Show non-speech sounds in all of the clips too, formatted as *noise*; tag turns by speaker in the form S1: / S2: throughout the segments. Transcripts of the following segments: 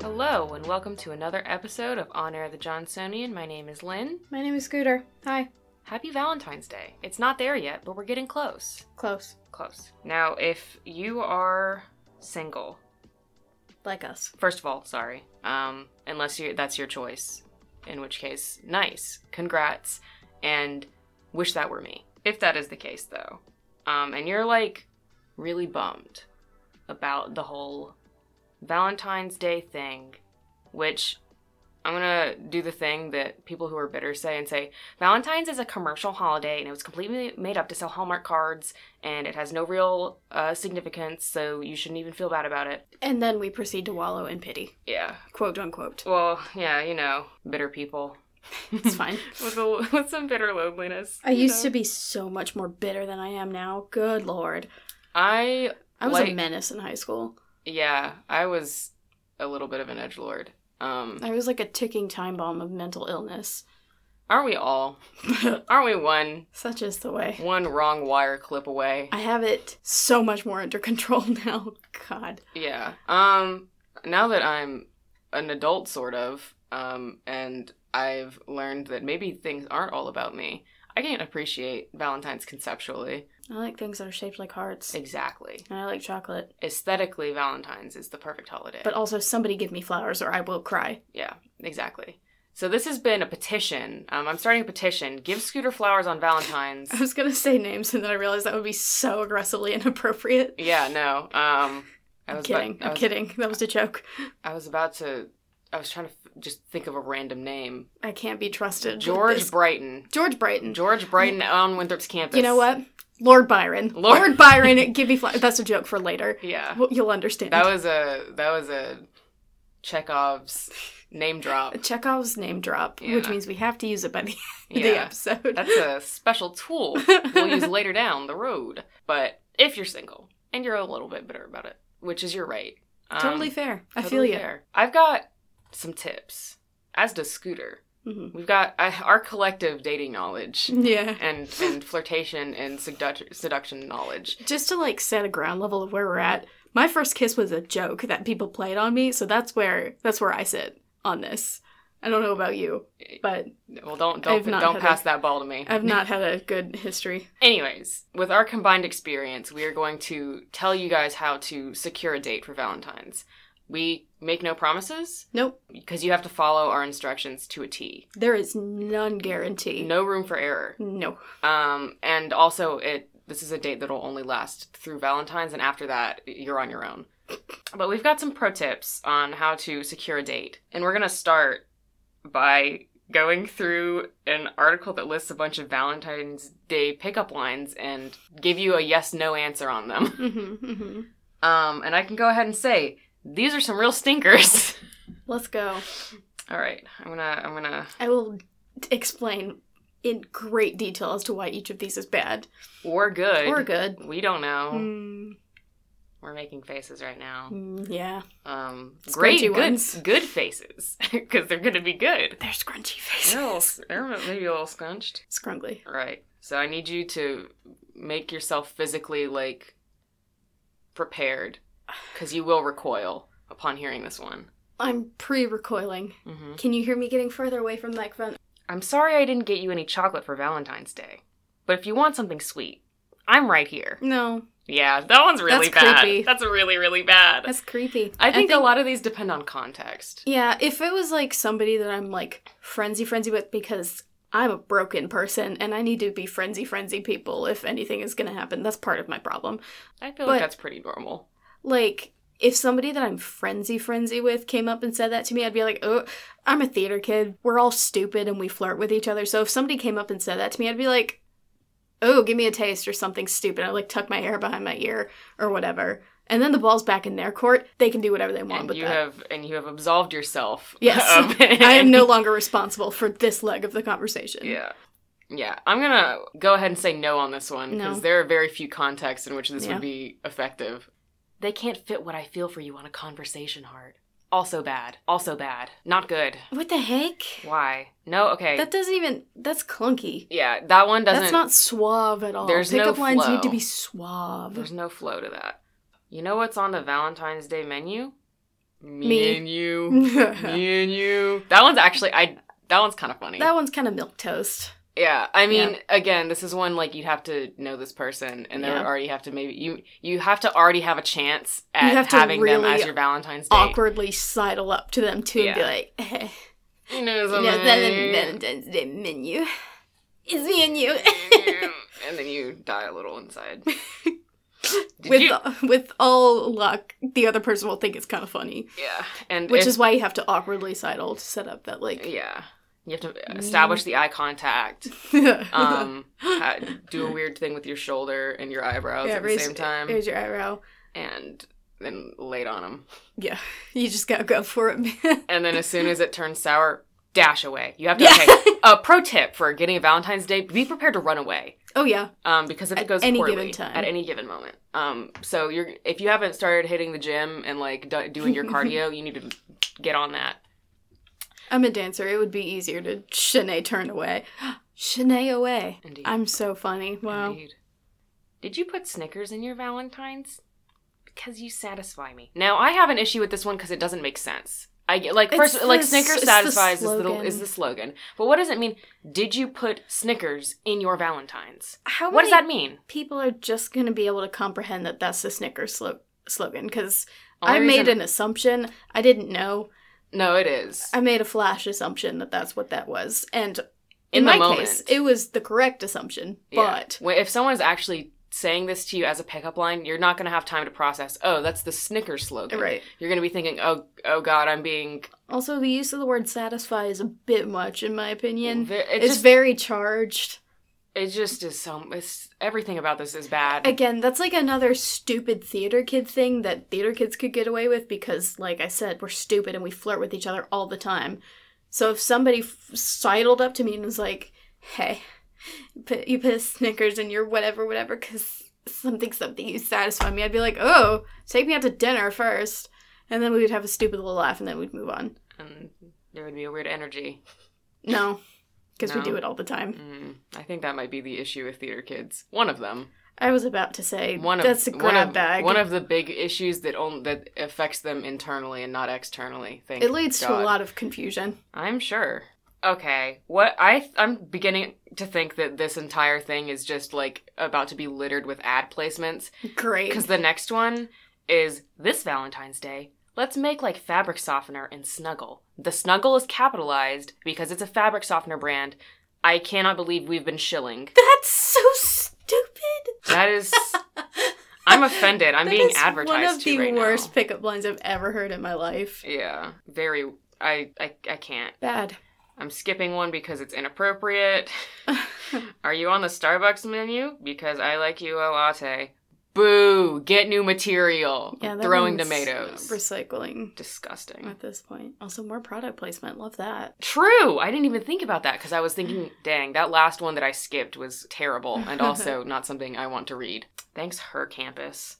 S1: Hello, and welcome to another episode of On Air the Johnsonian. My name is Lynn.
S2: My name is Scooter. Hi.
S1: Happy Valentine's Day. It's not there yet, but we're getting close.
S2: Close.
S1: Close. Now, if you are single,
S2: Like us.
S1: first of all, sorry, um, unless you, that's your choice, in which case, nice, congrats, and wish that were me. If that is the case, though, um, and you're like really bummed about the whole Valentine's Day thing, which I'm gonna do the thing that people who are bitter say and say Valentine's is a commercial holiday and it was completely made up to sell Hallmark cards and it has no real uh, significance, so you shouldn't even feel bad about it.
S2: And then we proceed to wallow in pity.
S1: Yeah,
S2: Quote unquote.
S1: well, yeah, you know, bitter people
S2: *laughs* It's fine.
S1: *laughs* with a, with some bitter loneliness.
S2: I used to be so much more bitter than I am now. Good lord.
S1: I
S2: I was
S1: Like-
S2: a menace in high school.
S1: yeah, I was a little bit of an edge lord. Um,
S2: I was like a ticking time bomb of mental *laughs* illness.
S1: aren't we all? aren't we one
S2: Such is the way.
S1: one wrong wire clip away?
S2: I have it so much more under *laughs* control now. God.
S1: Yeah. Um now that I'm an adult sort of, um and I've learned that maybe things aren't all about me. I can appreciate Valentine's conceptually.
S2: I like things that are shaped like hearts.
S1: Exactly.
S2: And I like chocolate.
S1: Aesthetically, Valentine's is the perfect holiday.
S2: But also, somebody give me flowers or I will cry.
S1: Yeah, exactly. So this has been a petition. Um, I'm starting a petition. Give Scooter flowers on
S2: *laughs*
S1: Valentine's.
S2: I was gonna say names and then I realized that would be so aggressively inappropriate.
S1: yeah, no. Um, I
S2: I'm
S1: was
S2: kidding.
S1: About, I
S2: I'm
S1: was-
S2: kidding. *laughs* That was a joke.
S1: I was about to. I was trying to f- just think of a random name.
S2: I can't be trusted. with
S1: George
S2: this.
S1: Brighton.
S2: George Brighton.
S1: George Brighton on Winthrop's campus.
S2: You know what? Lord Byron.
S1: Lord- *laughs*
S2: Lord, Byron. Give me fly. That's a joke for later.
S1: Yeah,
S2: Well, you'll understand.
S1: that was a that was a Chekhov's name
S2: *laughs*
S1: drop.
S2: Chekhov's name drop, which
S1: Yeah.
S2: means we have to use it by the end of the
S1: Yeah,
S2: episode. *laughs*
S1: that's a special tool we'll use later down the road. But if you're single and you're a little bit bitter about it, which is your right, um,
S2: totally fair. I
S1: Totally
S2: feel you.
S1: fair. I've got some tips, as does Scooter.
S2: Mhm.
S1: We've got I, our collective dating knowledge
S2: *laughs* Yeah.
S1: and and flirtation and seduct- seduction knowledge.
S2: Just to like set a ground level of where we're at. My first kiss was a joke that people played on me, so that's where that's where I sit on this. I don't know about you, but
S1: Well, don't
S2: I've
S1: don't
S2: not
S1: don't
S2: had
S1: pass
S2: a-
S1: that ball to me.
S2: I've not had a good history.
S1: Anyways, with our combined experience, we are going to tell you guys how to secure a date for Valentine's. We make no promises
S2: Nope.
S1: because you have to follow our instructions to a T.
S2: There is none guarantee.
S1: No room for error.
S2: No.
S1: Um, and also, it this is a date that'll only last through Valentine's, and after that, you're on your own. But we've got some pro tips on how to secure a date, and we're gonna start by going through an article that lists a bunch of Valentine's Day pickup lines and give you a yes no answer on them. *laughs*
S2: Mm-hmm, mm-hmm.
S1: Um, and I can go ahead and say these are some real stinkers. *laughs*
S2: Let's go.
S1: All right, I'm gonna I'm gonna
S2: I will d- explain in great detail as to why each of these is bad
S1: or good
S2: or good.
S1: We don't know.
S2: Mm,
S1: We're making faces right now.
S2: mm, yeah,
S1: um great
S2: Scrunchy
S1: good
S2: ones.
S1: good faces *laughs* because they're gonna be good
S2: they're scrunchy
S1: they're, a
S2: faces.
S1: *laughs* little, they're maybe a little scrunched
S2: Scrungly.
S1: right so i need you to make yourself physically like *sighs* prepared because you will recoil upon hearing this one
S2: I'm pre-recoiling.
S1: hmm
S2: Can you hear me getting further away from the microphone?
S1: i'm sorry i didn't get you any chocolate for valentine's day but if you want something sweet i'm right here
S2: No,
S1: yeah that one's really
S2: That's
S1: bad
S2: creepy.
S1: that's really really bad
S2: that's creepy.
S1: I think a lot of these depend on context
S2: Yeah, if it was like somebody that I'm like frenzy frenzy with because I'm a broken person and I need to be frenzy frenzy people if anything is gonna happen. That's part of my problem.
S1: i feel
S2: But-
S1: like that's pretty normal
S2: like if somebody that I'm frenzy frenzy with came up and said that to me, I'd be like, "Oh, I'm a theater kid. We're all stupid and we flirt with each other." So if somebody came up and said that to me, I'd be like, "Oh, give me a taste or something stupid." I like tuck my hair behind my ear or whatever. And then the ball's back in their court. They can do whatever they want
S1: and
S2: with
S1: you
S2: that.
S1: have and you have absolved yourself. *laughs*
S2: Yes.
S1: of
S2: *laughs* I am
S1: *laughs*
S2: no
S1: any-
S2: longer responsible for this leg of the conversation.
S1: Yeah. Yeah, I'm gonna go ahead and say no on this one
S2: No.
S1: because there are very few contexts in which this
S2: Yeah.
S1: would be effective. They can't fit what I feel for you on a conversation heart. Also bad. Also bad. Not good.
S2: What the heck?
S1: Why? No. Okay.
S2: That doesn't even. That's clunky.
S1: yeah, that one doesn't.
S2: That's not suave at all.
S1: There's no
S2: Pickup lines
S1: flow.
S2: need to be suave.
S1: There's no flow to that. You know what's on the Valentine's Day menu? Me,
S2: Me.
S1: and you.
S2: *laughs* that
S1: me and you. That one's actually I that one's kind of funny.
S2: one's kind of milk toast.
S1: yeah. I mean, again, this is one like you'd have to know this person and they
S2: Yeah.
S1: already have to maybe you you have to already have a chance at
S2: have to
S1: having them
S2: really
S1: as your Valentine's date.
S2: Awkwardly sidle up to them too and be
S1: Yeah.
S2: like, *laughs* eh,
S1: You know,
S2: you know,
S1: something.
S2: that Valentine's Day menu. It's me and you.
S1: and then you die a little
S2: *laughs*
S1: inside. *laughs* Did
S2: with
S1: you-
S2: *laughs* with all luck, the other person will think it's kind of funny,
S1: yeah, and
S2: which
S1: if-
S2: is why you have to awkwardly sidle to set up that like.
S1: yeah, you have to
S2: Mm.
S1: establish the eye
S2: *laughs*
S1: contact. Um, ha- do a weird thing with your shoulder and your eyebrows
S2: Yeah,
S1: at the
S2: raise-
S1: same time,
S2: Raise your eyebrow.
S1: and then late on them.
S2: Yeah, you just gotta go for it, *laughs* man.
S1: And then as soon as it turns sour, dash away. You have to.
S2: Yeah. *laughs*
S1: Okay. A pro tip for getting a Valentine's Day: be prepared to run away.
S2: Oh yeah,
S1: Um, because if it
S2: At
S1: goes
S2: any
S1: poorly,
S2: given time.
S1: at any given moment. Um, so you're if you haven't started hitting the gym and like do, doing
S2: *laughs*
S1: your cardio, you need to get on that.
S2: I'm a dancer. It would be easier to Shanae turn away. *gasps* Shanae away.
S1: Indeed.
S2: I'm so funny. Wow.
S1: Indeed. Did you put Snickers in your Valentine's? Because you satisfy me. Now I have an issue with this one because it doesn't make sense. I get like
S2: It's
S1: first
S2: the
S1: like
S2: s-
S1: Snickers
S2: it's the
S1: satisfies is the
S2: slogan.
S1: is the slogan, but what does it mean? Did you put Snickers in your Valentine's?
S2: How
S1: What does
S2: many
S1: that mean?
S2: People are just gonna be able to comprehend that that's the Snickers slo- slogan because
S1: Only
S2: I made
S1: reason-
S2: an assumption. I didn't know.
S1: No, it is.
S2: I made a flash assumption that that's what that was, and
S1: In
S2: in,
S1: the
S2: my
S1: moment.
S2: case, it was the correct assumption.
S1: Yeah.
S2: But
S1: When- if someone's actually saying this to you as a pickup line, you're not going to have time to process. Oh, that's the Snickers slogan.
S2: right.
S1: You're going to be thinking, "Oh, oh God, I'm being."
S2: Also, the use of the word "satisfy" is a bit much, in my opinion.
S1: Ve- It
S2: it's
S1: just,
S2: very charged.
S1: it just is so. It's, everything about this is bad.
S2: Again, that's like another stupid theater kid thing that theater kids could get away with because, like I said, we're stupid and we flirt with each other all the time. So if somebody f- sidled up to me and was like, "Hey, you put, you put a Snickers in your whatever, whatever," because something, something, you satisfy me, I'd be like, "Oh, take me out to dinner first. and then we would have a stupid little laugh, and then we'd move on.
S1: and there would be a weird energy.
S2: No, because
S1: No.
S2: we do it all the time.
S1: Mm, I think that might be the issue with theater kids. One of them.
S2: I was about to say
S1: One of
S2: that's a
S1: one
S2: grab
S1: of,
S2: bag.
S1: One of the big issues that on, that affects them internally and not externally. Thank
S2: it leads to
S1: God.
S2: a lot of confusion.
S1: I'm sure. Okay, what I I'm beginning to think that this entire thing is just like about to be littered with ad placements
S2: Great.
S1: because the next one is this Valentine's Day. Let's make like fabric softener and snuggle. The snuggle is capitalized because it's a fabric softener brand. I cannot believe we've been shilling.
S2: That's so stupid.
S1: That
S2: *laughs*
S1: is I'm offended. I'm
S2: That
S1: being
S2: is
S1: advertised
S2: One of
S1: to
S2: the
S1: right
S2: worst
S1: now.
S2: pickup lines I've ever heard in my life.
S1: Yeah, very I, I I can't.
S2: Bad. *laughs*
S1: I'm skipping one because it's inappropriate. *laughs* Are you on the Starbucks menu? Because I like you a latte. Boo! Get new material.
S2: Yeah, that
S1: Throwing
S2: one's
S1: tomatoes.
S2: Recycling
S1: Disgusting.
S2: at this point. Also, more product placement. Love that.
S1: True. I didn't even think about that because I was
S2: *gasps*
S1: thinking, dang, that last one that I skipped was terrible
S2: *laughs*
S1: and also not something I want to read. Thanks, her campus.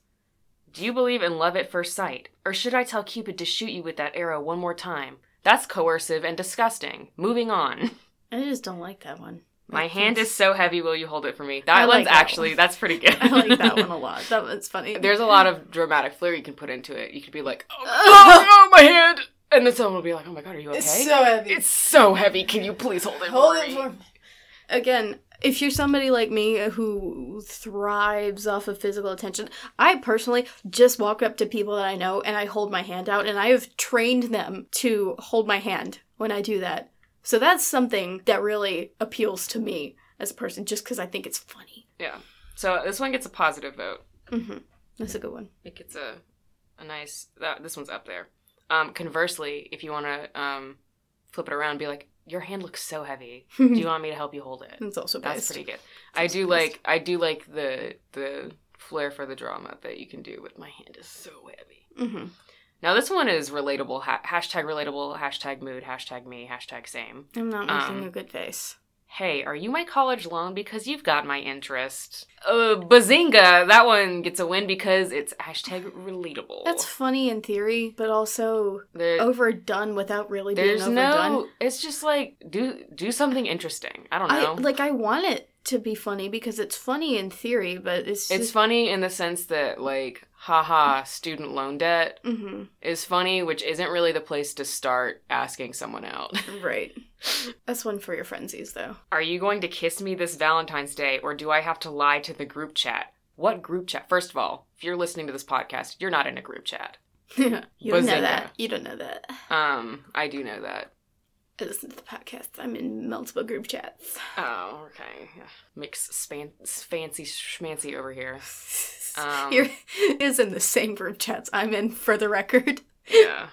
S1: Do you believe in love at first sight? Or should I tell Cupid to shoot you with that arrow one more time? That's coercive and disgusting. Moving
S2: *laughs*
S1: on. *laughs*
S2: I just don't like that one.
S1: My
S2: That
S1: hand
S2: one's-
S1: is so heavy, will you hold it for me? That
S2: I like
S1: one's
S2: that
S1: actually,
S2: one.
S1: that's pretty good.
S2: *laughs* I like
S1: *laughs*
S2: that one a lot. That one's funny.
S1: There's a lot of dramatic flair you can put into it. You could be like,
S2: *laughs*
S1: oh, oh, oh, my hand! And then someone will be like, oh my god, are you okay?
S2: It's so heavy.
S1: It's so heavy. Can you please hold it
S2: Hold
S1: for
S2: it
S1: me?
S2: for me. Again, if you're somebody like me who thrives off of physical attention, I personally just walk up to people that I know and I hold my hand out, and I have trained them to hold my hand when I do that. So that's something that really appeals to me as a person, just because I think it's funny.
S1: Yeah. So this one gets a positive vote.
S2: hmm That's a good one.
S1: It gets a, a nice, that, this one's up there. Um, conversely, if you want to um, flip it around and be like, your hand looks so heavy. Do
S2: *laughs*
S1: you want me to help you hold it?
S2: It's also
S1: That's
S2: biased.
S1: pretty good. I do like I do like the the flair for the drama that you can do with my hand is so heavy.
S2: hmm
S1: Now this one is relatable. Ha- hashtag relatable. Hashtag mood. Hashtag me. Hashtag same.
S2: I'm not making
S1: Um,
S2: a good face.
S1: Hey, are you my college loan? Because you've got my interest. Uh, bazinga! That one gets a win because it's
S2: *sighs*
S1: hashtag relatable.
S2: That's funny in theory, but also
S1: There-
S2: overdone without really being
S1: there's
S2: overdone.
S1: no. It's just like do do something interesting. I don't know.
S2: I like I want it to be funny because it's funny in theory, but it's
S1: It's
S2: just
S1: funny in the sense that like haha, student loan debt
S2: hmm
S1: is funny, which isn't really the place to start asking someone out. *laughs*
S2: Right. That's one for your frenzies, though. *laughs*
S1: Are you going to kiss me this Valentine's Day or do I have to lie to the group chat? What group chat? First of all, if you're listening to this podcast, you're not in a group chat.
S2: you don't know
S1: Bazinga.
S2: that. You don't know that.
S1: Um, I do know that.
S2: I listen to the podcast. I'm in multiple group chats. *laughs*
S1: Oh, okay. Mix span- fancy schmancy over here. Um.
S2: You're is in the same group chats I'm in, for the record. *laughs*
S1: Yeah.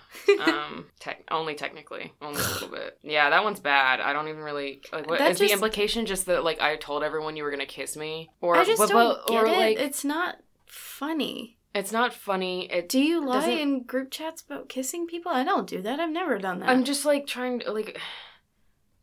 S1: Um, tech only technically, only a little bit. Yeah, that one's bad. I don't even really like. What is
S2: That
S1: the
S2: just-
S1: implication? Just that like I told everyone you were gonna kiss me, *laughs* or
S2: I just
S1: but-
S2: don't
S1: but-
S2: get
S1: or
S2: it.
S1: like
S2: it's not funny.
S1: it's not funny. It.
S2: Do you lie
S1: doesn't-
S2: in group chats about kissing people? I don't do that. I've never done that.
S1: I'm just like trying to like.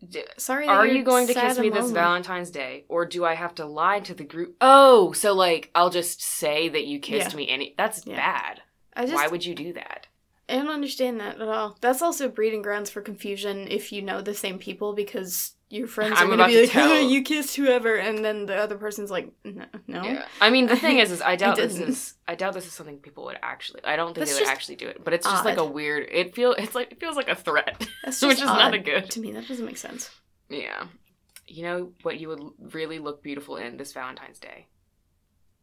S1: d-
S2: sorry. that
S1: Are
S2: you're
S1: you going to
S2: sad
S1: kiss me
S2: and
S1: this
S2: lonely.
S1: Valentine's Day, or do I have to lie to the group? Oh, so like I'll just say that you kissed
S2: Yeah.
S1: me. Any that's
S2: Yeah.
S1: bad.
S2: I just
S1: Why would you do that?
S2: I don't understand that at all. That's also breeding grounds for confusion if you know the same people because your friends are
S1: I'm
S2: going
S1: about
S2: to be
S1: to
S2: like, *laughs*
S1: tell.
S2: "Oh, you kissed whoever, and then the other person's like, no, no.
S1: Yeah. I mean, the thing is, is I doubt this
S2: didn't.
S1: is I doubt this is something people would actually. I don't think
S2: That's
S1: they would
S2: just
S1: actually do it. But it's just like
S2: odd.
S1: a weird. It feel it's like it feels like a threat, *laughs*
S2: That's just
S1: which is not
S2: odd.
S1: a good.
S2: To me, that doesn't make sense.
S1: Yeah. You know what you would really look beautiful in this Valentine's Day?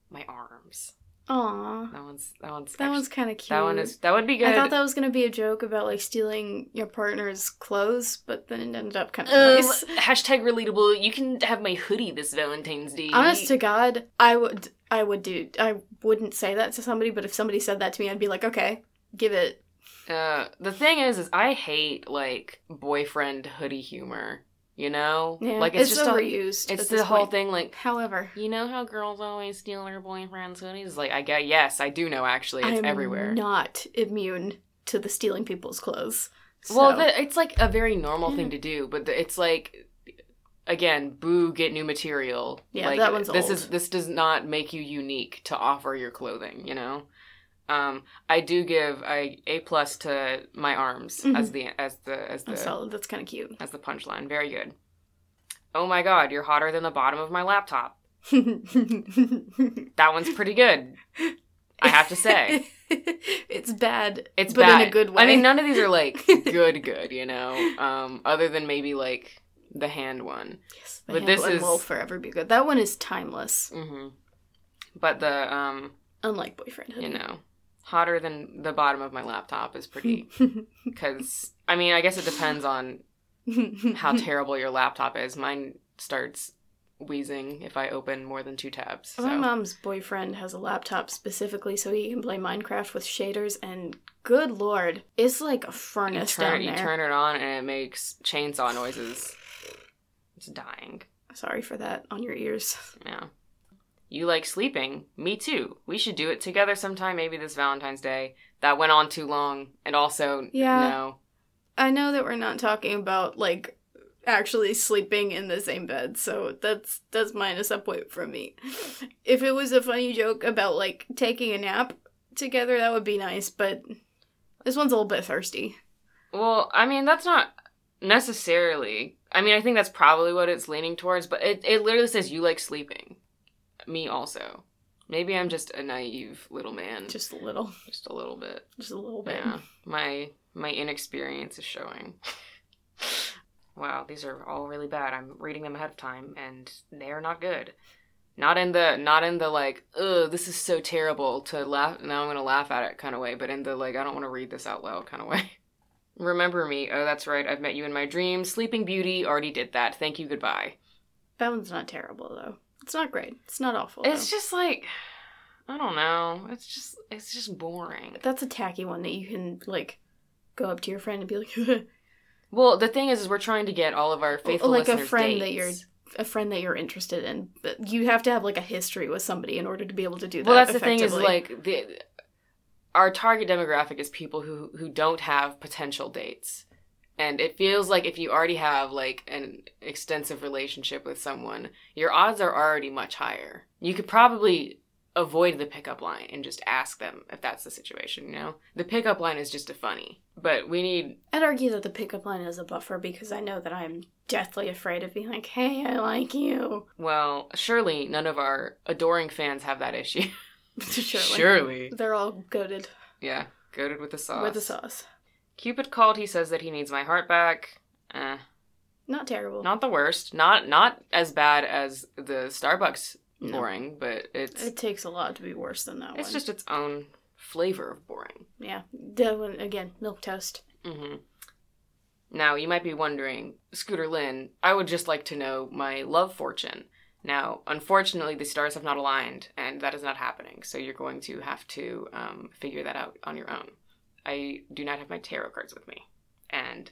S1: My arms.
S2: Aw,
S1: That one's that one's
S2: that
S1: actually-
S2: one's kind of cute.
S1: that one is that would be good.
S2: I thought that was gonna be a joke about like stealing your partner's clothes, but then it ended up kind of
S1: Um,
S2: nice.
S1: hashtag relatable. You can have my hoodie this Valentine's Day.
S2: Honest to God, I would I would do I wouldn't say that to somebody, but if somebody said that to me, I'd be like, okay, give it.
S1: Uh, the thing is, is I hate like boyfriend hoodie humor. You know,
S2: Yeah,
S1: like it's, just a, it's
S2: overused. at this
S1: the whole
S2: point.
S1: thing. Like
S2: However,
S1: You know how girls always steal their boyfriends' hoodies? Like, I get, yes, I do know actually. It's
S2: I'm
S1: everywhere.
S2: not immune to the stealing people's clothes. So.
S1: Well, the, it's like a very normal
S2: Yeah.
S1: thing to do, but the, it's like, again, boo, get new material.
S2: Yeah,
S1: like,
S2: that one's
S1: this
S2: old.
S1: is this does not make you unique to offer your clothing. You know, um, I do give I a plus to my arms as the as the as the
S2: Mm-hmm. that's solid. That's kind of cute.
S1: as the punchline. Very good. Oh my god, you're hotter than the bottom of my laptop. That one's pretty good. I have to say.
S2: *laughs* it's bad.
S1: It's
S2: but
S1: bad.
S2: in a good way.
S1: I mean, none of these are
S2: *laughs*
S1: like good, good, you know, um, other than maybe like the hand one.
S2: Yes,
S1: but
S2: but
S1: this
S2: this one
S1: is-
S2: will forever be good. That one is timeless,
S1: hmm But the, um,
S2: unlike boyfriend.
S1: you know, hotter than the bottom of my laptop is
S2: *laughs*
S1: pretty. Because, I mean, I guess it depends on
S2: *laughs*
S1: how terrible your laptop is. Mine starts wheezing if I open more than two tabs. So.
S2: My mom's boyfriend has a laptop specifically so he can play Minecraft with shaders, and good lord, it's like a
S1: you,
S2: furnace
S1: turn,
S2: down
S1: you
S2: there.
S1: turn it on and it makes chainsaw noises. It's dying.
S2: Sorry for that on your ears.
S1: Yeah. You like sleeping? Me too. We should do it together sometime, maybe this Valentine's Day. That went on too long. And also,
S2: Yeah.
S1: no.
S2: I know that we're not talking about like actually sleeping in the same bed, so that's that's minus a point from me. If it was a funny joke about like taking a nap together, that would be nice, but this one's a little bit thirsty.
S1: Well, I mean, that's not necessarily. I mean, I think that's probably what it's leaning towards, but it, it literally says you like sleeping. Me also. Maybe I'm just a naive little man. Just,
S2: Just a little.
S1: a little bit.
S2: Just a little bit. *laughs*
S1: Yeah. My my inexperience is showing. *laughs* wow, these are all really bad. I'm reading them ahead of time and they are not good. Not in the not in the like, ugh, this is so terrible to laugh now I'm gonna laugh at it kind of way, but in the like I don't wanna read this out loud kind of way. *laughs* Remember me, oh that's right, I've met you in my dreams. Sleeping Beauty already did that. Thank you, goodbye.
S2: That one's not terrible though. It's not great. It's not awful.
S1: It's
S2: though.
S1: just like I don't know. It's just it's just boring.
S2: that's a tacky one that you can like go up to your friend and be like *laughs*
S1: Well, the thing is, is we're trying to get all of our faithful
S2: like a
S1: listeners
S2: friend that
S1: dates.
S2: you're a friend that you're interested in, but you have to have like a history with somebody in order to be able to do that.
S1: well that's the thing is
S2: effectively.
S1: like the our target demographic is people who who don't have potential dates and it feels like if you already have like an extensive relationship with someone your odds are already much higher you could probably avoid the pickup line and just ask them if that's the situation you know the pickup line is just a funny but we need
S2: I'd argue that the pickup line is a buffer because I know that I'm deathly afraid of being like, hey, I like you. *laughs*
S1: well surely none of our adoring fans have that issue *laughs*
S2: Surely.
S1: Surely.
S2: They're all goaded
S1: Yeah. Goaded with the sauce.
S2: with the sauce.
S1: Cupid called. He says that he needs my heart back. Eh.
S2: Not terrible.
S1: Not the worst. Not not as bad as the Starbucks
S2: No.
S1: boring, but it's
S2: It takes a lot to be worse than that
S1: it's
S2: one.
S1: just its own flavor of boring.
S2: yeah. That one again, milk toast.
S1: hmm Now, you might be wondering, Scooter Lynn, I would just like to know my love fortune. Now, unfortunately, the stars have not aligned, and that is not happening, so you're going to have to um, figure that out on your own. I do not have my tarot cards with me. And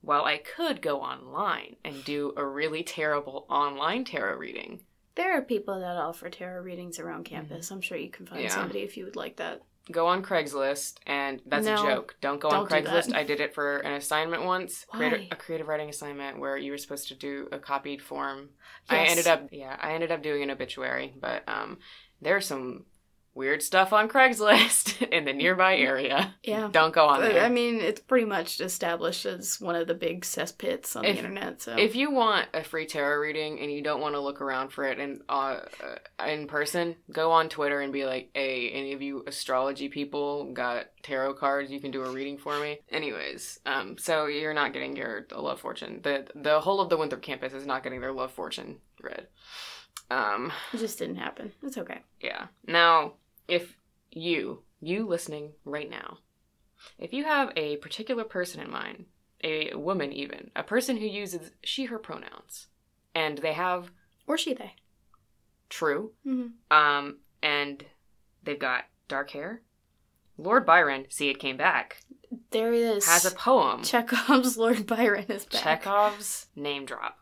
S1: while I could go online and do a really terrible online tarot reading,
S2: There are people that offer tarot readings around campus. I'm sure you can find
S1: Mm-hmm. Yeah.
S2: somebody if you would like that.
S1: go on Craigslist, and that's
S2: No,
S1: a joke. Don't go on
S2: don't do that.
S1: Craigslist. I did it for an assignment once, creati-
S2: Why?
S1: a creative writing assignment where you were supposed to do a copied form. I
S2: Yes.
S1: ended up, yeah, I ended up doing an obituary, but um, there's some weird stuff on Craigslist *laughs* in the nearby area.
S2: Yeah.
S1: Don't go Mm-hmm. on
S2: But,
S1: there.
S2: I mean, it's pretty much established as one of the big cesspits on
S1: If-
S2: the internet. So
S1: if you want a free tarot reading and you don't want to look around for it in uh, uh, in person, go on Twitter and be like, "Hey, any of you astrology people got tarot cards? You can do a reading for me." Anyways, um, so you're not getting your love fortune. the The whole of the Winthrop campus is not getting their love fortune read. Um,
S2: it just didn't happen. It's okay.
S1: yeah. Now, if you, you listening right now, if you have a particular person in mind, a woman even, a person who uses she, her pronouns, and they have
S2: Or she they.
S1: true,
S2: hmm
S1: um, and they've got dark hair, Lord Byron, see it came back,
S2: There is
S1: has a poem.
S2: Chekhov's *laughs* Lord Byron is back.
S1: Chekhov's name drop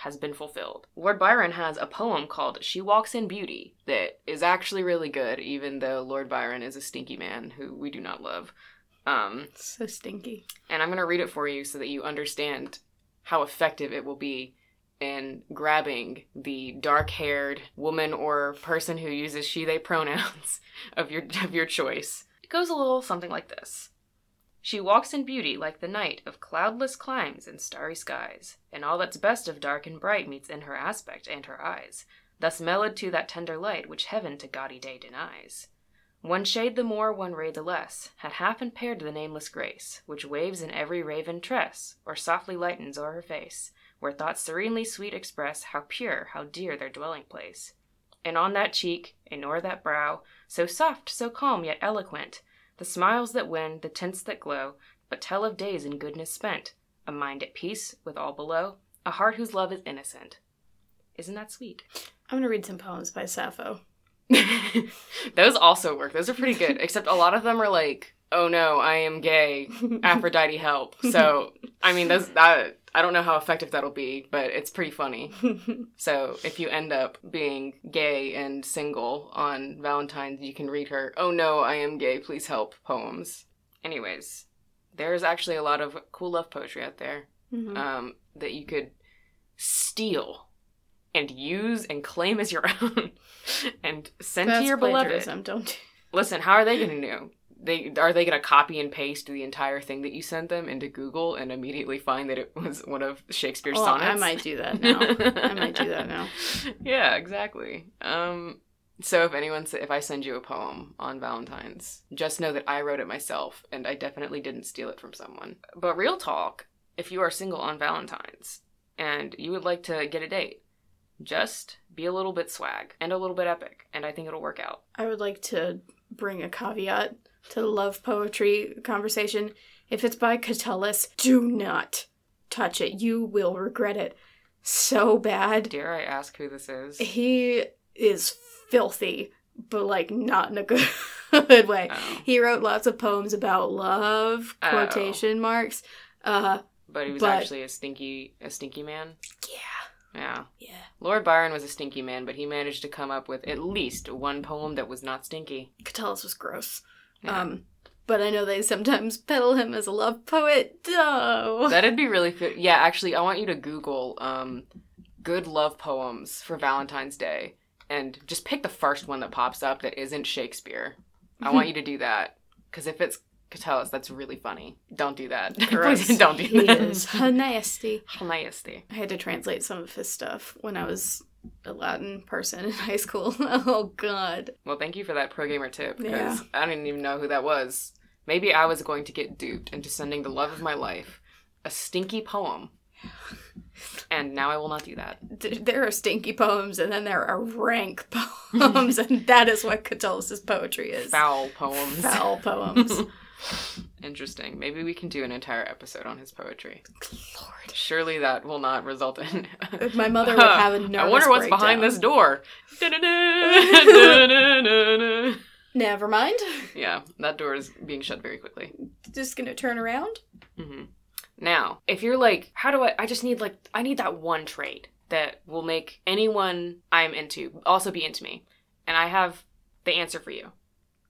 S1: has been fulfilled. Lord Byron has a poem called She Walks in Beauty that is actually really good, even though Lord Byron is a stinky man who we do not love. Um,
S2: So stinky.
S1: and I'm going to read it for you so that you understand how effective it will be in grabbing the dark-haired woman or person who uses she they *laughs* pronouns of your of your choice. It goes a little something like this. She walks in beauty like the night of cloudless climes and starry skies, and all that's best of dark and bright meets in her aspect and her eyes, thus mellowed to that tender light which heaven to gaudy day denies. One shade the more, one ray the less, had half impaired the nameless grace, which waves in every raven tress, or softly lightens o'er her face, where thoughts serenely sweet express how pure, how dear their dwelling place. And on that cheek, and o'er that brow, so soft, so calm, yet eloquent, the smiles that win, the tints that glow, but tell of days in goodness spent, a mind at peace with all below, a heart whose love is innocent. Isn't that sweet?
S2: I'm gonna read some poems
S1: *laughs*
S2: by Sappho.
S1: Those also work. Those are pretty good, except a lot of them are like, "Oh no, I am gay. Aphrodite help." So, I mean, those that I don't know how effective that'll be, but it's pretty funny. So, if you end up being gay and single on Valentine's, you can read her, "Oh no, I am gay. Please help." poems. Anyways, there's actually a lot of cool love poetry out there
S2: Mhm.
S1: um, that you could steal and use and claim as your *laughs* own and send
S2: That's
S1: to your beloved.
S2: plagiarism, Don't.
S1: Listen, how are they going to know? They are they going to copy and paste the entire thing that you sent them into Google and immediately find that it was one of Shakespeare's
S2: Well,
S1: sonnets?
S2: I might do
S1: *laughs*
S2: that now. I might do that now.
S1: Yeah, exactly. Um, so if anyone, s- if I send you a poem on Valentine's, just know that I wrote it myself, and I definitely didn't steal it from someone. But real talk, if you are single on Valentine's and you would like to get a date, just be a little bit swag and a little bit epic, and I think it'll work out.
S2: I would like to bring a caveat to the love poetry conversation. If it's by Catullus, do not touch it. You will regret it so bad.
S1: Dare I ask who this is?
S2: He is filthy, but like not in a *laughs* good, good way.
S1: Oh,
S2: He wrote lots of poems about love,
S1: Oh.
S2: quotation marks. Uh,
S1: but he was
S2: But-
S1: actually a stinky, a stinky man.
S2: yeah,
S1: Yeah,
S2: yeah.
S1: Lord Byron was a stinky man, but he managed to come up with at least one poem that was not stinky.
S2: Catullus was gross.
S1: Yeah.
S2: *laughs* Um, but I know they sometimes peddle him as a love poet. Oh.
S1: That'd be really good. Yeah, actually, I want you to Google um, good love poems for Valentine's Day and just pick the first one that pops up that isn't Shakespeare. I want you to do that because if it's Catullus, that's really funny. Don't do that. *laughs*
S2: Gross.
S1: Please don't do *laughs*
S2: *laughs* he
S1: that.
S2: is nasty.
S1: Nasty.
S2: I had to translate some of his stuff when I was a Latin person in high school. *laughs* oh god.
S1: Well, thank you for that pro gamer tip
S2: Yeah.
S1: because I didn't even know who that was. Maybe I was going to get duped into sending the love of my life a stinky poem. And now I will not do that.
S2: Th- there are stinky poems and then there are rank
S1: *laughs*
S2: *laughs* poems and that is what Catullus' poetry is.
S1: Foul poems. *laughs*
S2: Foul poems.
S1: Interesting. Maybe we can do an entire episode on his poetry.
S2: Lord.
S1: Surely that will not result
S2: *laughs*
S1: in.
S2: My mother would have a nervous
S1: I wonder what's behind
S2: breakdown.
S1: this door. Da-da-da, da-da-da-da-da.
S2: Never mind.
S1: *laughs*
S2: *laughs*
S1: yeah, that door is being shut very quickly.
S2: Just gonna turn around.
S1: hmm Now, if you're like, how do I? I just need like, I need that one trait that will make anyone I'm into also be into me. And I have the answer for you.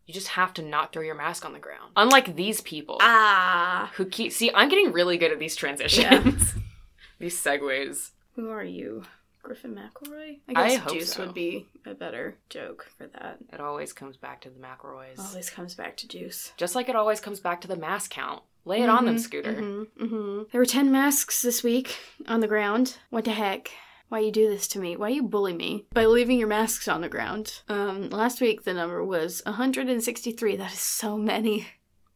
S1: You just have to not throw your mask on the ground. Unlike these people
S2: Ah.
S1: who keep. See, I'm getting really good at these transitions, *laughs* these segues.
S2: *laughs* Who are you? Griffin McElroy? I
S1: I
S2: guess
S1: hope
S2: Juice
S1: so.
S2: would be a better joke for that.
S1: It always comes back to the McElroys.
S2: Always comes back to Juice.
S1: Just like it always comes back to the mask count. Lay it on them,
S2: Mhm,
S1: Scooter.
S2: mhm, mhm. There were 10 masks this week on the ground. What the heck? Why you do this to me? Why you bully me? By leaving your masks on the ground. Um, last week the number was 163. That is so many.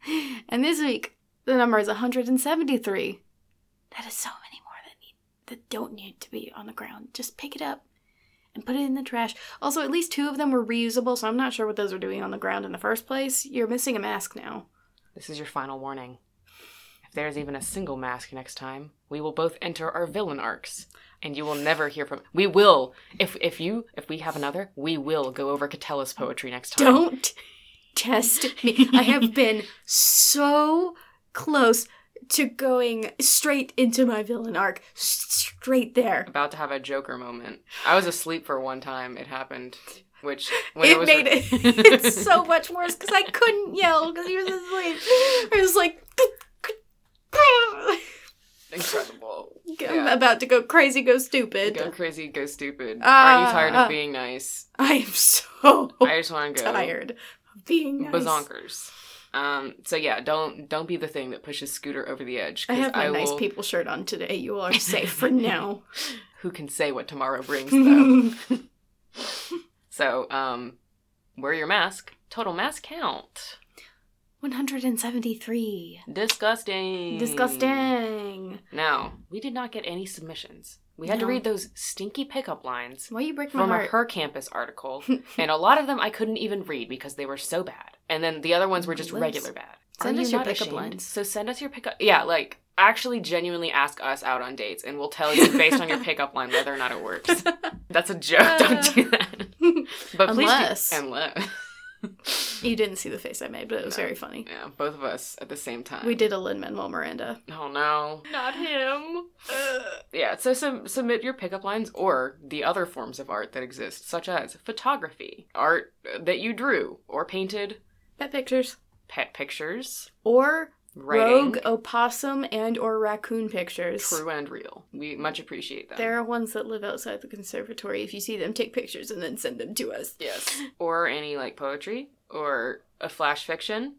S2: *laughs* And this week the number is 173. That is so many more that need, that don't need to be on the ground. Just pick it up and put it in the trash. Also, at least two of them were reusable, so I'm not sure what those were doing on the ground in the first place. You're missing a mask now.
S1: This is your final warning. If there's even a single mask next time, we will both enter our villain arcs, and you will never hear from. We will. If if you if we have another, we will go over Catella's poetry next time.
S2: Don't test me. I have been so close to going straight into my villain arc, S- straight there.
S1: About to have a Joker moment. I was asleep for one time. It happened, which when
S2: It
S1: was
S2: made
S1: re-
S2: it *laughs* it's so much worse because I couldn't yell because he was asleep. I was like, *laughs*
S1: incredible.
S2: I'm
S1: Yeah.
S2: about to go crazy, go stupid.
S1: Go crazy, go stupid. Are you tired
S2: Ah.
S1: of being nice?
S2: I am so
S1: I just want to go
S2: tired of being nice.
S1: bazonkers. Um, so yeah, don't don't be the thing that pushes Scooter over the edge.
S2: I
S1: 'cause
S2: have my nice
S1: will-
S2: people shirt on today. You all are safe
S1: *laughs*
S2: for now.
S1: Who can say what tomorrow
S2: *laughs*
S1: brings though?
S2: That's
S1: So, um, wear your mask. Total mask count.
S2: 173.
S1: Disgusting.
S2: Disgusting.
S1: Now, we did not get any submissions. We had to
S2: No.
S1: read those stinky pickup lines
S2: Why you break my
S1: from our
S2: heart?
S1: Her Campus
S2: *laughs*
S1: article, and a lot of them I couldn't even read because they were so bad. And then the other ones were just
S2: Liz,
S1: regular bad.
S2: send
S1: Are
S2: us
S1: you
S2: your
S1: not
S2: pickup
S1: ashamed?
S2: lines.
S1: So send us your pickup. Yeah, like actually genuinely ask us out on dates, and we'll tell you based on your
S2: *laughs*
S1: pickup line whether or not it works. That's a joke. Don't do that.
S2: *laughs*
S1: But
S2: Uh, Unless-
S1: please, do- unless.
S2: You didn't see the face I made, but it was
S1: No.
S2: very funny.
S1: *laughs* Yeah, both of us at the same time.
S2: We did a Lin Manuel Miranda.
S1: Oh no. Not him. yeah, so sub- submit your pickup lines or the other forms of art that exist, such as photography, art uh, that you drew or painted,
S2: Pet pictures.
S1: pet pictures,
S2: Or
S1: writing,
S2: rogue opossum and or raccoon pictures.
S1: true and real. We much appreciate them.
S2: There are ones that live outside the conservatory. If you see them, take pictures and then send them to us.
S1: Yes. Or any like poetry or a flash fiction.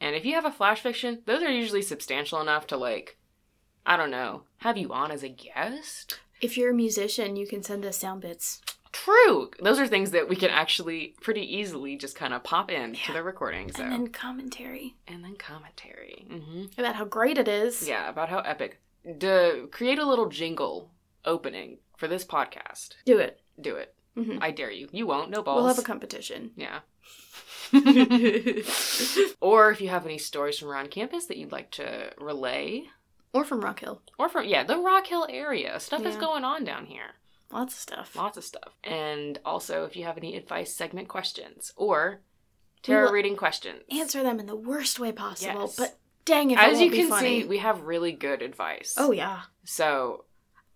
S1: And if you have a flash fiction, those are usually substantial enough to like, I don't know, have you on as a guest?
S2: If you're a musician, you can send us sound bits.
S1: True. Those are things that we can actually pretty easily just kind of pop in to the recording. So
S2: And then commentary
S1: and then commentary. hmm
S2: about how great it is.
S1: Yeah, about how epic. To create a little jingle opening for this podcast.
S2: Do it.
S1: Do it.
S2: Mhm.
S1: I dare you. You won't. No balls.
S2: We'll have a competition. *laughs*
S1: yeah. or if you have any stories from around campus that you'd like to relay,
S2: Or from Rock Hill.
S1: or from yeah the Rock Hill area, stuff is
S2: Yeah.
S1: going on down here.
S2: Lots of stuff.
S1: Lots of stuff. And also, if you have any advice segment questions or
S2: We
S1: tarot
S2: will
S1: reading questions,
S2: Answer them in the worst way possible,
S1: Yes.
S2: but dang if it
S1: As
S2: won't
S1: you
S2: be
S1: can
S2: funny.
S1: see, we have really good advice.
S2: Oh yeah.
S1: so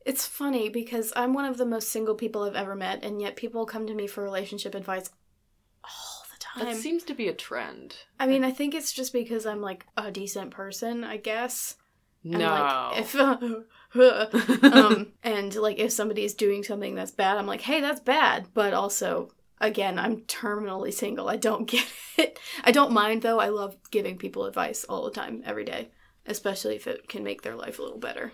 S2: It's funny because I'm one of the most single people I've ever met, and yet people come to me for relationship advice all the
S1: that
S2: time.
S1: seems to be a trend.
S2: I mean, I think it's just because I'm like a decent person, I guess. And
S1: no,
S2: like if *laughs*
S1: *laughs*
S2: uh, um and like if somebody's doing something that's bad, I'm like, "Hey, that's bad." But also, again, I'm terminally single. I don't *laughs* get it. I don't mind though. I love giving people advice all the time, every day, especially if it can make their life a little better.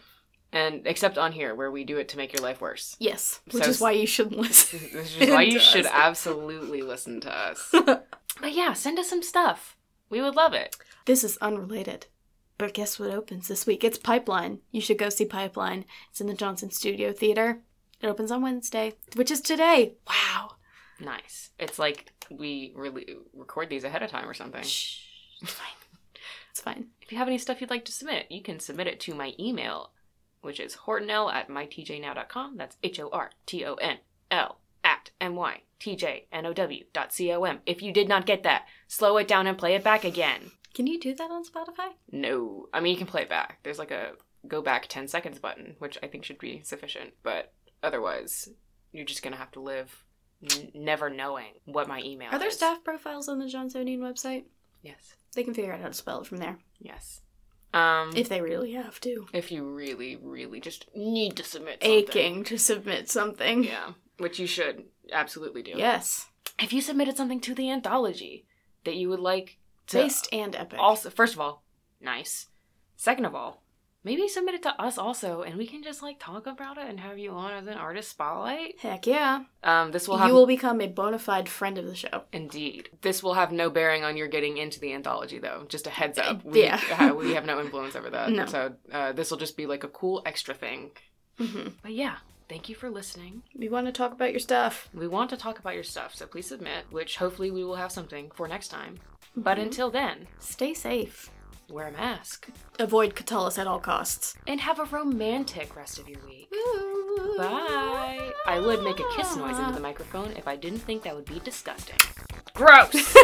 S1: and except on here where we do it to make your life worse.
S2: Yes, which
S1: So
S2: is why you shouldn't *laughs* listen.
S1: This *laughs* is why you
S2: To
S1: should
S2: us.
S1: absolutely listen to us. *laughs* but yeah, send us some stuff. We would love it.
S2: This is unrelated. But guess what opens this week? It's Pipeline. You should go see Pipeline. It's in the Johnson Studio Theater. It opens on Wednesday, which is today. Wow.
S1: Nice. It's like we really record these ahead of time or something.
S2: Shh. It's fine. It's fine.
S1: If you have any stuff you'd like to submit, you can submit it to my email, which is hortonl at mytjnow.com. That's H O R T O N L at M Y T J N O W dot C O M. If you did not get that, slow it down and play it back again.
S2: Can you do that on Spotify?
S1: No. I mean, you can play it back. There's like a go back 10 seconds button, which I think should be sufficient, but otherwise, you're just going to have to live n- never knowing what my email
S2: Are there
S1: is.
S2: staff profiles on the Johnsonian website?
S1: Yes.
S2: They can figure out how to spell it from there
S1: Yes. Um,
S2: if they really have to.
S1: if you really, really just need to submit something.
S2: Aching to submit something.
S1: Yeah, which you should absolutely do.
S2: Yes.
S1: If you submitted something to the anthology that you would like to
S2: Based and epic.
S1: also, first of all, nice. Second of all, maybe submit it to us also, and we can just like talk about it and have you on as an artist spotlight.
S2: Heck yeah.
S1: Um, this will have
S2: you will become a bona fide friend of the show.
S1: indeed. This will have no bearing on your getting into the anthology, though. Just a heads up. We, *laughs*
S2: Yeah.
S1: ha- we have *laughs* no influence over that.
S2: No.
S1: So uh, this will just be like a cool extra thing.
S2: hmm
S1: But yeah, thank you for listening.
S2: We want to talk about your stuff.
S1: We want to talk about your stuff, so please submit, which hopefully we will have something for next time. But until then,
S2: Stay safe.
S1: wear a mask
S2: Avoid Catullus at all costs.
S1: and have a romantic rest of your week. Bye. I would make a kiss noise into the microphone if I didn't think that would be disgusting. Gross!